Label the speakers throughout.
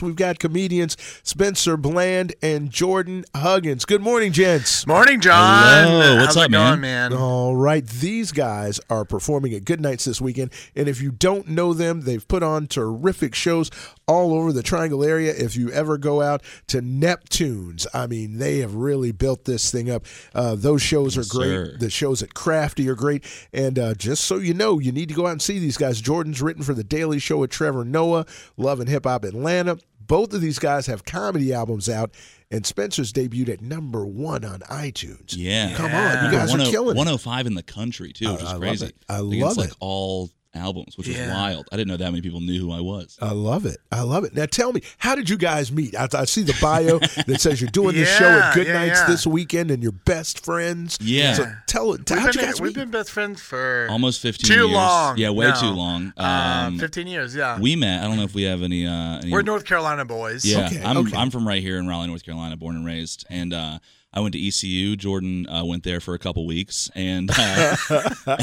Speaker 1: We've got comedians Spencer Bland and Jordan Huggins. Good morning, gents.
Speaker 2: Morning, John.
Speaker 3: Hello. What's
Speaker 2: How's
Speaker 3: up,
Speaker 2: it
Speaker 3: man?
Speaker 2: going, man?
Speaker 1: All right, these guys are performing at Good Nights this weekend, and if you don't know them, they've put on terrific shows all over the Triangle area. If you ever go out to Neptune's, I mean, they have really built this thing up. Uh, those shows are great.
Speaker 3: sir.
Speaker 1: The shows at Crafty are great, and uh, just so you know, you need to go out and see these guys. Jordan's written for the Daily Show with Trevor Noah, Love and Hip Hop Atlanta. Both of these guys have comedy albums out, and Spencer's debuted at number one on iTunes.
Speaker 3: Yeah. oh,
Speaker 1: Come on, you guys are
Speaker 3: 10-
Speaker 1: killing it.
Speaker 3: 105 in the country too, which is
Speaker 1: I love
Speaker 3: crazy.
Speaker 1: it. I
Speaker 3: Like,
Speaker 1: love
Speaker 3: it's like
Speaker 1: it.
Speaker 3: all albums, which is
Speaker 2: Yeah.
Speaker 3: wild. I didn't know that many people knew who I was.
Speaker 1: I love it. I love it. Now tell me, how did you guys meet? I, I see the bio that says you're doing this show at
Speaker 2: Yeah,
Speaker 1: Good
Speaker 2: yeah,
Speaker 1: Nights
Speaker 2: yeah.
Speaker 1: this weekend and you're best friends.
Speaker 3: Yeah.
Speaker 1: So tell it.
Speaker 2: We've
Speaker 1: How'd
Speaker 2: been,
Speaker 1: you guys
Speaker 2: we've
Speaker 1: meet?
Speaker 2: been best friends for
Speaker 3: Almost 15
Speaker 2: too
Speaker 3: years.
Speaker 2: long.
Speaker 3: Yeah, way
Speaker 2: No.
Speaker 3: too long.
Speaker 2: Uh,
Speaker 3: Um,
Speaker 2: 15 years, yeah.
Speaker 3: we met. I don't know if we have any. Uh, any
Speaker 2: We're North Carolina boys.
Speaker 3: yeah,
Speaker 1: Okay,
Speaker 3: I'm
Speaker 1: okay.
Speaker 3: I'm from right here in Raleigh, North Carolina, born and raised, and uh, I went to ECU. Jordan uh, went there for a couple weeks, and uh, and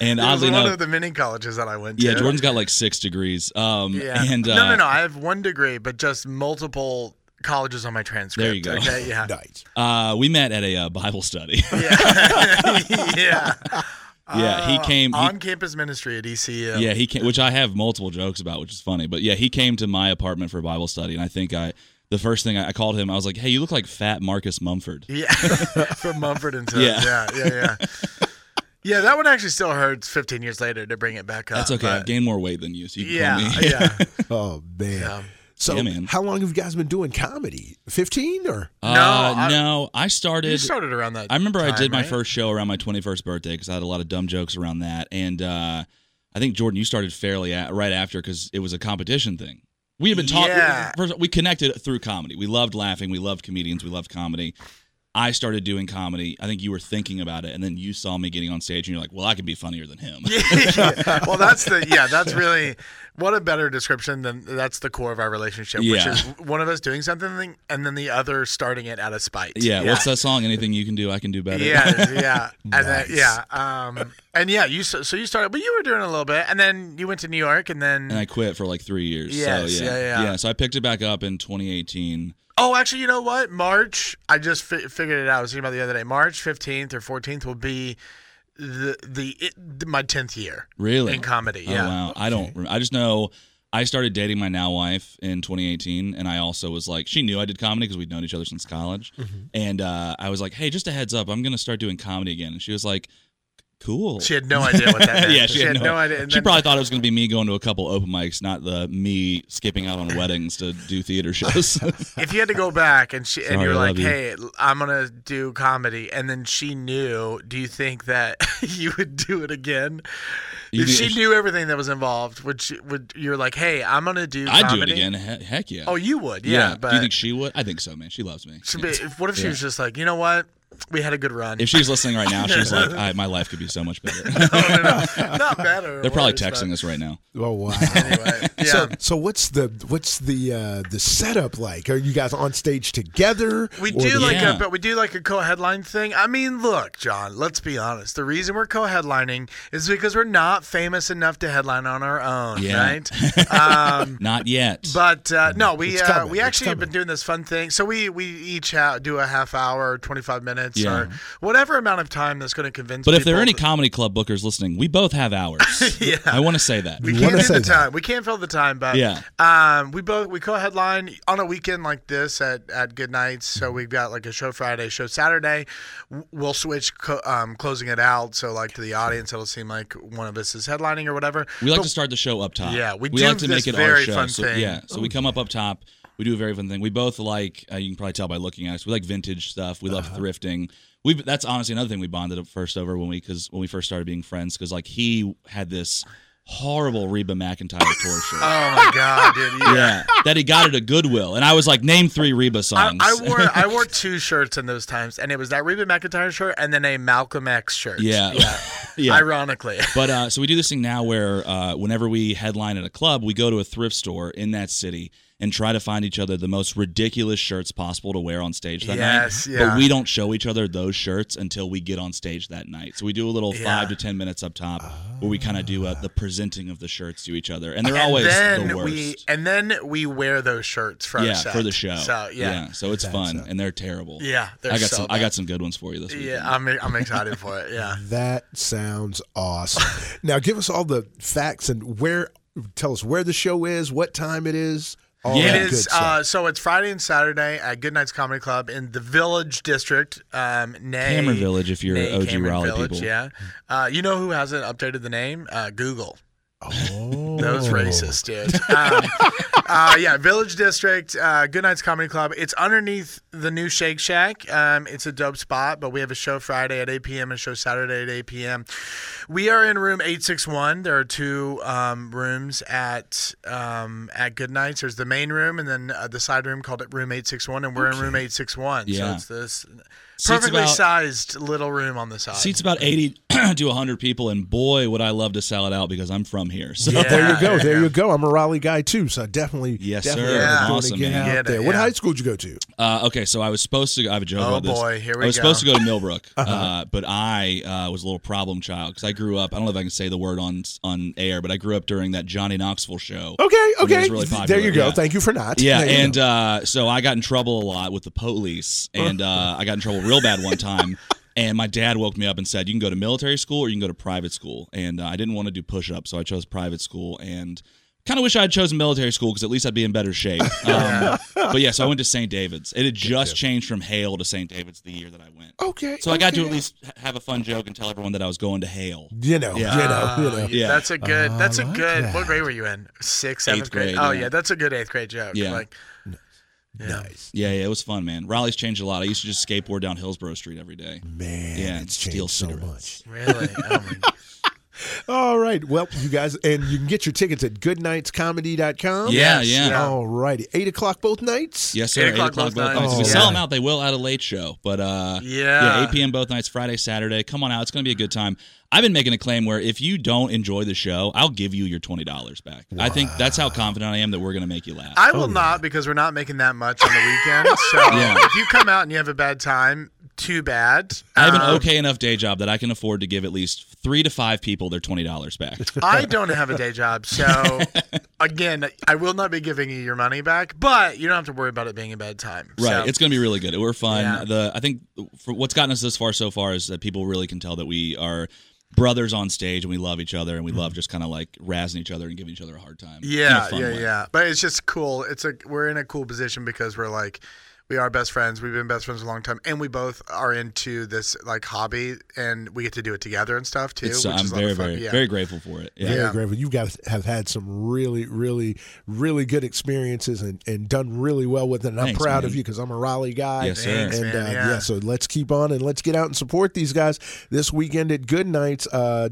Speaker 2: It was
Speaker 3: oddly
Speaker 2: one
Speaker 3: enough,
Speaker 2: of the many colleges that I went to.
Speaker 3: yeah, Jordan's got like six degrees. Um,
Speaker 2: Yeah.
Speaker 3: and uh,
Speaker 2: no, no, no. I have one degree, but just multiple colleges on my transcript.
Speaker 3: There you go.
Speaker 2: Okay, yeah.
Speaker 1: Nice.
Speaker 3: Uh, we met at a uh, Bible study.
Speaker 2: yeah. yeah.
Speaker 3: yeah, he
Speaker 2: Uh,
Speaker 3: came. he-
Speaker 2: on campus ministry at E ECU.
Speaker 3: Yeah, he came, which I have multiple jokes about, which is funny. But yeah, he came to my apartment for Bible study, and I think I the first thing I, I called him, I was like, "Hey, you look like Fat Marcus Mumford."
Speaker 2: Yeah. From Mumford and Sons.
Speaker 3: Yeah.
Speaker 2: Yeah. Yeah. Yeah. Yeah. that one actually still hurts 15 years later to bring it back up.
Speaker 3: That's okay. I've
Speaker 2: but-
Speaker 3: gained more weight than you, so you can
Speaker 2: Yeah.
Speaker 3: call me.
Speaker 2: Yeah.
Speaker 1: Oh man.
Speaker 2: Yeah.
Speaker 1: So
Speaker 3: Yeah, man.
Speaker 1: how long have you guys been doing comedy? Fifteen or
Speaker 3: Uh,
Speaker 2: No, I-
Speaker 3: no, I started.
Speaker 2: You started around that.
Speaker 3: I remember I
Speaker 2: time,
Speaker 3: did my
Speaker 2: right?
Speaker 3: first show around my 21st birthday because I had a lot of dumb jokes around that, and uh, I think Jordan, you started fairly a right after because it was a competition thing. We had been talking.
Speaker 2: Yeah.
Speaker 3: First, we connected through comedy. We loved laughing. We loved comedians. We loved comedy. I started doing comedy. I think you were thinking about it, and then you saw me getting on stage, and you're like, "Well, I can be funnier than him."
Speaker 2: Yeah. well, that's the yeah. That's really what a better description than that's the core of our relationship, which
Speaker 3: Yeah.
Speaker 2: is one of us doing something and then the other starting it out of spite.
Speaker 3: Yeah,
Speaker 2: yeah,
Speaker 3: What's that song? Anything you can do, I can do better.
Speaker 2: yeah, yeah. and then,
Speaker 1: Nice.
Speaker 2: yeah, um, and yeah. You so, so you started, but you were doing a little bit, and then you went to New York, and then
Speaker 3: and I quit for like three years.
Speaker 2: Yes,
Speaker 3: so, yeah,
Speaker 2: yeah, yeah.
Speaker 3: So I picked it back up in 2018.
Speaker 2: oh, actually, you know what? March. I just fi- figured it out. I was thinking about it the other day. March fifteenth or fourteenth will be the the it, my tenth year
Speaker 3: Really?
Speaker 2: in comedy.
Speaker 3: Oh,
Speaker 2: Yeah.
Speaker 3: wow. I don't. rem- I just know I started dating my now wife in 2018, and I also was like, she knew I did comedy because we'd known each other since college,
Speaker 2: Mm-hmm.
Speaker 3: and uh, I was like, hey, just a heads up, I'm gonna start doing comedy again, and she was like, cool.
Speaker 2: She had no idea what that meant.
Speaker 3: yeah, she, had, no,
Speaker 2: idea. and
Speaker 3: She
Speaker 2: then-
Speaker 3: probably thought it was going to be me going to a couple open mics, not the me skipping out on weddings to do theater shows.
Speaker 2: if you had to go back and she and
Speaker 3: Sorry,
Speaker 2: you're
Speaker 3: I
Speaker 2: like,
Speaker 3: love you.
Speaker 2: "Hey, I'm gonna do comedy," and then she knew, do you think that you would do it again?
Speaker 3: You
Speaker 2: if
Speaker 3: think-
Speaker 2: she knew everything that was involved, would she, would you're like, "Hey, I'm gonna do."
Speaker 3: I'd do it
Speaker 2: comedy?"
Speaker 3: again. He- Heck yeah.
Speaker 2: Oh, you would, yeah. But
Speaker 3: do you think she would? I think so, man. She loves me.
Speaker 2: should
Speaker 3: Yeah.
Speaker 2: be, if- what if she was just like, you know what? We had a good run.
Speaker 3: If she's listening right now, she's like, I, my life could be so much better.
Speaker 2: Oh, no, no, no, not better.
Speaker 3: They're probably texting us right now.
Speaker 1: oh wow.
Speaker 2: Anyway, yeah.
Speaker 1: So, so what's the what's the uh, the setup like? Are you guys on stage together?
Speaker 2: We
Speaker 1: Or
Speaker 2: do like
Speaker 3: Yeah.
Speaker 2: a but we do like a co-headline thing. I mean, look, John, let's be honest. The reason we're co-headlining is because we're not famous enough to headline on our own,
Speaker 3: Yeah.
Speaker 2: right? Um
Speaker 3: Not yet.
Speaker 2: But uh, no, we
Speaker 1: It's
Speaker 2: uh,
Speaker 1: coming.
Speaker 2: we
Speaker 1: It's
Speaker 2: actually have been
Speaker 1: coming.
Speaker 2: doing this fun thing. So we we each ha- do a half hour, twenty five minutes,
Speaker 3: Yeah.
Speaker 2: or whatever amount of time that's going to convince.
Speaker 3: But if there are any
Speaker 2: people-
Speaker 3: comedy club bookers listening, we both have hours.
Speaker 2: Yeah.
Speaker 3: I want to say that.
Speaker 2: we
Speaker 1: You
Speaker 2: can't
Speaker 1: wanna
Speaker 2: do the
Speaker 1: say that.
Speaker 2: time. We can't fill the time, but
Speaker 3: Yeah.
Speaker 2: um, we both we co-headline on a weekend like this at at Good Nights.
Speaker 3: Mm-hmm.
Speaker 2: So we've got like a show Friday, show Saturday. W- We'll switch co- um, closing it out. So like to the audience, it'll seem like one of us is headlining or whatever.
Speaker 3: We like
Speaker 2: But-
Speaker 3: to start the show up top.
Speaker 2: Yeah, we
Speaker 3: we
Speaker 2: do
Speaker 3: like to
Speaker 2: this
Speaker 3: make it our
Speaker 2: very
Speaker 3: show.
Speaker 2: fun
Speaker 3: so,
Speaker 2: thing.
Speaker 3: Yeah, so we come up up top. We do a very fun thing. We both like. Uh, you can probably tell by looking at us. We like vintage stuff. We love
Speaker 2: Uh-huh.
Speaker 3: thrifting. We that's honestly another thing we bonded up first over when we because when we first started being friends because like he had this horrible Reba McIntyre tour
Speaker 2: Oh
Speaker 3: shirt.
Speaker 2: my god, dude! Yeah.
Speaker 3: yeah, that he got at a Goodwill, and I was like, name three Reba
Speaker 2: I,
Speaker 3: songs.
Speaker 2: I wore I wore two shirts in those times, and it was that Reba McIntyre shirt and then a Malcolm X shirt.
Speaker 3: yeah, yeah.
Speaker 2: Ironically,
Speaker 3: But uh, so we do this thing now where uh, whenever we headline at a club, we go to a thrift store in that city and try to find each other the most ridiculous shirts possible to wear on stage that
Speaker 2: Yes,
Speaker 3: night.
Speaker 2: yeah.
Speaker 3: But we don't show each other those shirts until we get on stage that night. So we do a little
Speaker 2: Yeah.
Speaker 3: five to ten minutes up top where we kind of do uh the presenting of the shirts to each other, and they're
Speaker 2: and
Speaker 3: always
Speaker 2: then
Speaker 3: the worst.
Speaker 2: we and then we wear those shirts for our
Speaker 3: yeah,
Speaker 2: set.
Speaker 3: for the show.
Speaker 2: So yeah,
Speaker 3: so it's
Speaker 1: That's
Speaker 3: fun,
Speaker 1: it.
Speaker 3: and they're terrible.
Speaker 2: yeah.
Speaker 3: I
Speaker 2: they're
Speaker 3: got
Speaker 2: so
Speaker 3: some. I got some good ones for you this
Speaker 2: bad.
Speaker 3: week.
Speaker 2: Yeah, I'm I'm excited for it. Yeah.
Speaker 1: That sounds awesome. now give us all the facts and where tell us where the show is, what time it is. All
Speaker 3: Yeah.
Speaker 1: that
Speaker 2: It
Speaker 1: good
Speaker 2: is
Speaker 1: stuff.
Speaker 2: uh, so it's Friday and Saturday at Good Nights Comedy Club in the Village District. Um, nay,
Speaker 3: Cameron Village, if you're
Speaker 2: nay
Speaker 3: OG
Speaker 2: Cameron
Speaker 3: Raleigh
Speaker 2: Village,
Speaker 3: people.
Speaker 2: Yeah, uh, you know who hasn't updated the name? Uh, Google.
Speaker 1: oh.
Speaker 2: Those racist dude. Um, uh, yeah, Village District, uh, Good Nights Comedy Club. It's underneath the new Shake Shack. Um, it's a dope spot, but we have a show Friday at 8 p.m. and a show Saturday at 8 p.m. We are in room 861. There are two um, rooms at um, at Good Nights. There's the main room and then uh, the side room called it room 861, and we're in room 861.
Speaker 3: Yeah.
Speaker 2: So it's this
Speaker 3: Seats
Speaker 2: perfectly
Speaker 3: about-
Speaker 2: sized little room on the side.
Speaker 3: Seats about eighty to hundred people, and boy, would I love to sell it out because I'm from here. So
Speaker 2: Yeah.
Speaker 1: there you go. There
Speaker 2: yeah.
Speaker 1: you go. I'm a Raleigh guy too, so I definitely,
Speaker 3: Yes, sir.
Speaker 1: definitely
Speaker 2: Yeah.
Speaker 1: want to
Speaker 3: Awesome,
Speaker 1: get
Speaker 3: man.
Speaker 1: out
Speaker 2: Get it,
Speaker 1: there. What
Speaker 2: yeah.
Speaker 1: high school did you go to?
Speaker 3: Uh, okay, so I was supposed to. I have a joke
Speaker 2: Oh,
Speaker 3: about this.
Speaker 2: boy, here we
Speaker 3: I was
Speaker 2: go. Uh-huh.
Speaker 3: supposed to go to Millbrook, uh, but I uh, was a little problem child because I grew up. I don't know if I can say the word on on air, but I grew up during that Johnny Knoxville show.
Speaker 1: Okay,
Speaker 3: When it
Speaker 1: okay.
Speaker 3: was really popular,
Speaker 1: there you go.
Speaker 3: yeah.
Speaker 1: Thank you for not.
Speaker 3: Yeah,
Speaker 1: There you
Speaker 3: and
Speaker 1: go.
Speaker 3: uh, so I got in trouble a lot with the police, and uh, I got in trouble real bad one time. And my dad woke me up and said, "You can go to military school or you can go to private school." And uh, I didn't want to do push-ups, so I chose private school. And kind of wish I had chosen military school because at least I'd be in better shape. Um, but yeah, so I went to St. David's. It had just changed from Hale to St. David's the year that I went.
Speaker 1: okay.
Speaker 3: uh, So I got to
Speaker 1: okay.
Speaker 3: at least ha- have a fun joke and tell everyone that I was going to Hale.
Speaker 1: you know,
Speaker 2: Ah,
Speaker 1: you know, you know.
Speaker 3: Yeah. Oh,
Speaker 2: That's a good.
Speaker 1: I
Speaker 2: That's a
Speaker 1: like
Speaker 2: good.
Speaker 1: that.
Speaker 2: What grade were you in? Sixth, seventh
Speaker 3: Eighth
Speaker 2: grade.
Speaker 3: grade,
Speaker 2: Oh
Speaker 3: yeah.
Speaker 2: yeah, that's a good eighth grade joke.
Speaker 3: Yeah.
Speaker 2: Like, yeah.
Speaker 1: Nice,
Speaker 3: Yeah, yeah, it was fun, man. Raleigh's changed a lot. I used to just skateboard down Hillsborough Street every day.
Speaker 1: man.
Speaker 3: Yeah, and
Speaker 1: it's
Speaker 3: steal
Speaker 1: changed so
Speaker 3: cigarettes.
Speaker 1: much.
Speaker 2: Really? Oh my.
Speaker 1: All right. Well, you guys, and you can get your tickets at goodnightscomedy.com.
Speaker 3: Yeah,
Speaker 2: Yes,
Speaker 3: yeah.
Speaker 2: yeah.
Speaker 1: All righty. Eight o'clock both nights?
Speaker 3: Yes, sir. Eight o'clock, both nights. If we
Speaker 1: Oh,
Speaker 3: sell
Speaker 1: yeah.
Speaker 3: them out, they will at a late show. But uh,
Speaker 2: Yeah.
Speaker 3: eight p.m. both nights, Friday, Saturday. Come on out; it's going to be a good time. I've been making a claim where if you don't enjoy the show, I'll give you your twenty dollars back. I think that's how confident I am that we're going to make you laugh.
Speaker 2: I
Speaker 1: Oh,
Speaker 2: will not because we're not making that much on the weekend. So
Speaker 3: Yeah.
Speaker 2: if you come out and you have a bad time, too bad.
Speaker 3: I have an
Speaker 2: Um,
Speaker 3: okay enough day job that I can afford to give at least three to five people their twenty dollars back.
Speaker 2: I don't have a day job, so again, I will not be giving you your money back. But you don't have to worry about it being a bad time. So-
Speaker 3: Right, it's going to be really good. We're fun.
Speaker 2: Yeah.
Speaker 3: The I think for what's gotten us this far so far is that people really can tell that we are brothers on stage and we love each other and
Speaker 1: Mm-hmm.
Speaker 3: we love just kind of like razzing each other and giving each other a hard time. in a
Speaker 2: Yeah,
Speaker 3: fun
Speaker 2: yeah,
Speaker 3: way.
Speaker 2: yeah. But it's just cool. It's a we're in a cool position because we're like we are best friends. We've been best friends a long time, and we both are into this like hobby, and we get to do it together and stuff too.
Speaker 3: It's,
Speaker 2: which
Speaker 3: I'm
Speaker 2: is a lot
Speaker 3: very,
Speaker 2: of fun.
Speaker 3: very,
Speaker 2: yeah.
Speaker 3: very grateful for it. Yeah.
Speaker 1: Very grateful. You guys have had some really, really, really good experiences and, and done really well with it. And
Speaker 3: Thanks,
Speaker 1: I'm proud
Speaker 3: man.
Speaker 1: of you because I'm a Raleigh guy.
Speaker 3: Yes, sir.
Speaker 1: And
Speaker 3: Thanks,
Speaker 2: man.
Speaker 1: uh,
Speaker 2: Yeah.
Speaker 1: yeah, so let's keep on and let's get out and support these guys this weekend at Good Nights. Uh,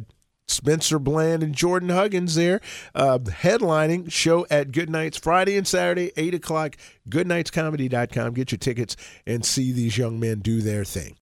Speaker 1: Spencer Bland and Jordan Huggins there, uh, headlining show at Good Nights Friday and Saturday, 8 o'clock, goodnightscomedy.com. Get your tickets and see these young men do their thing.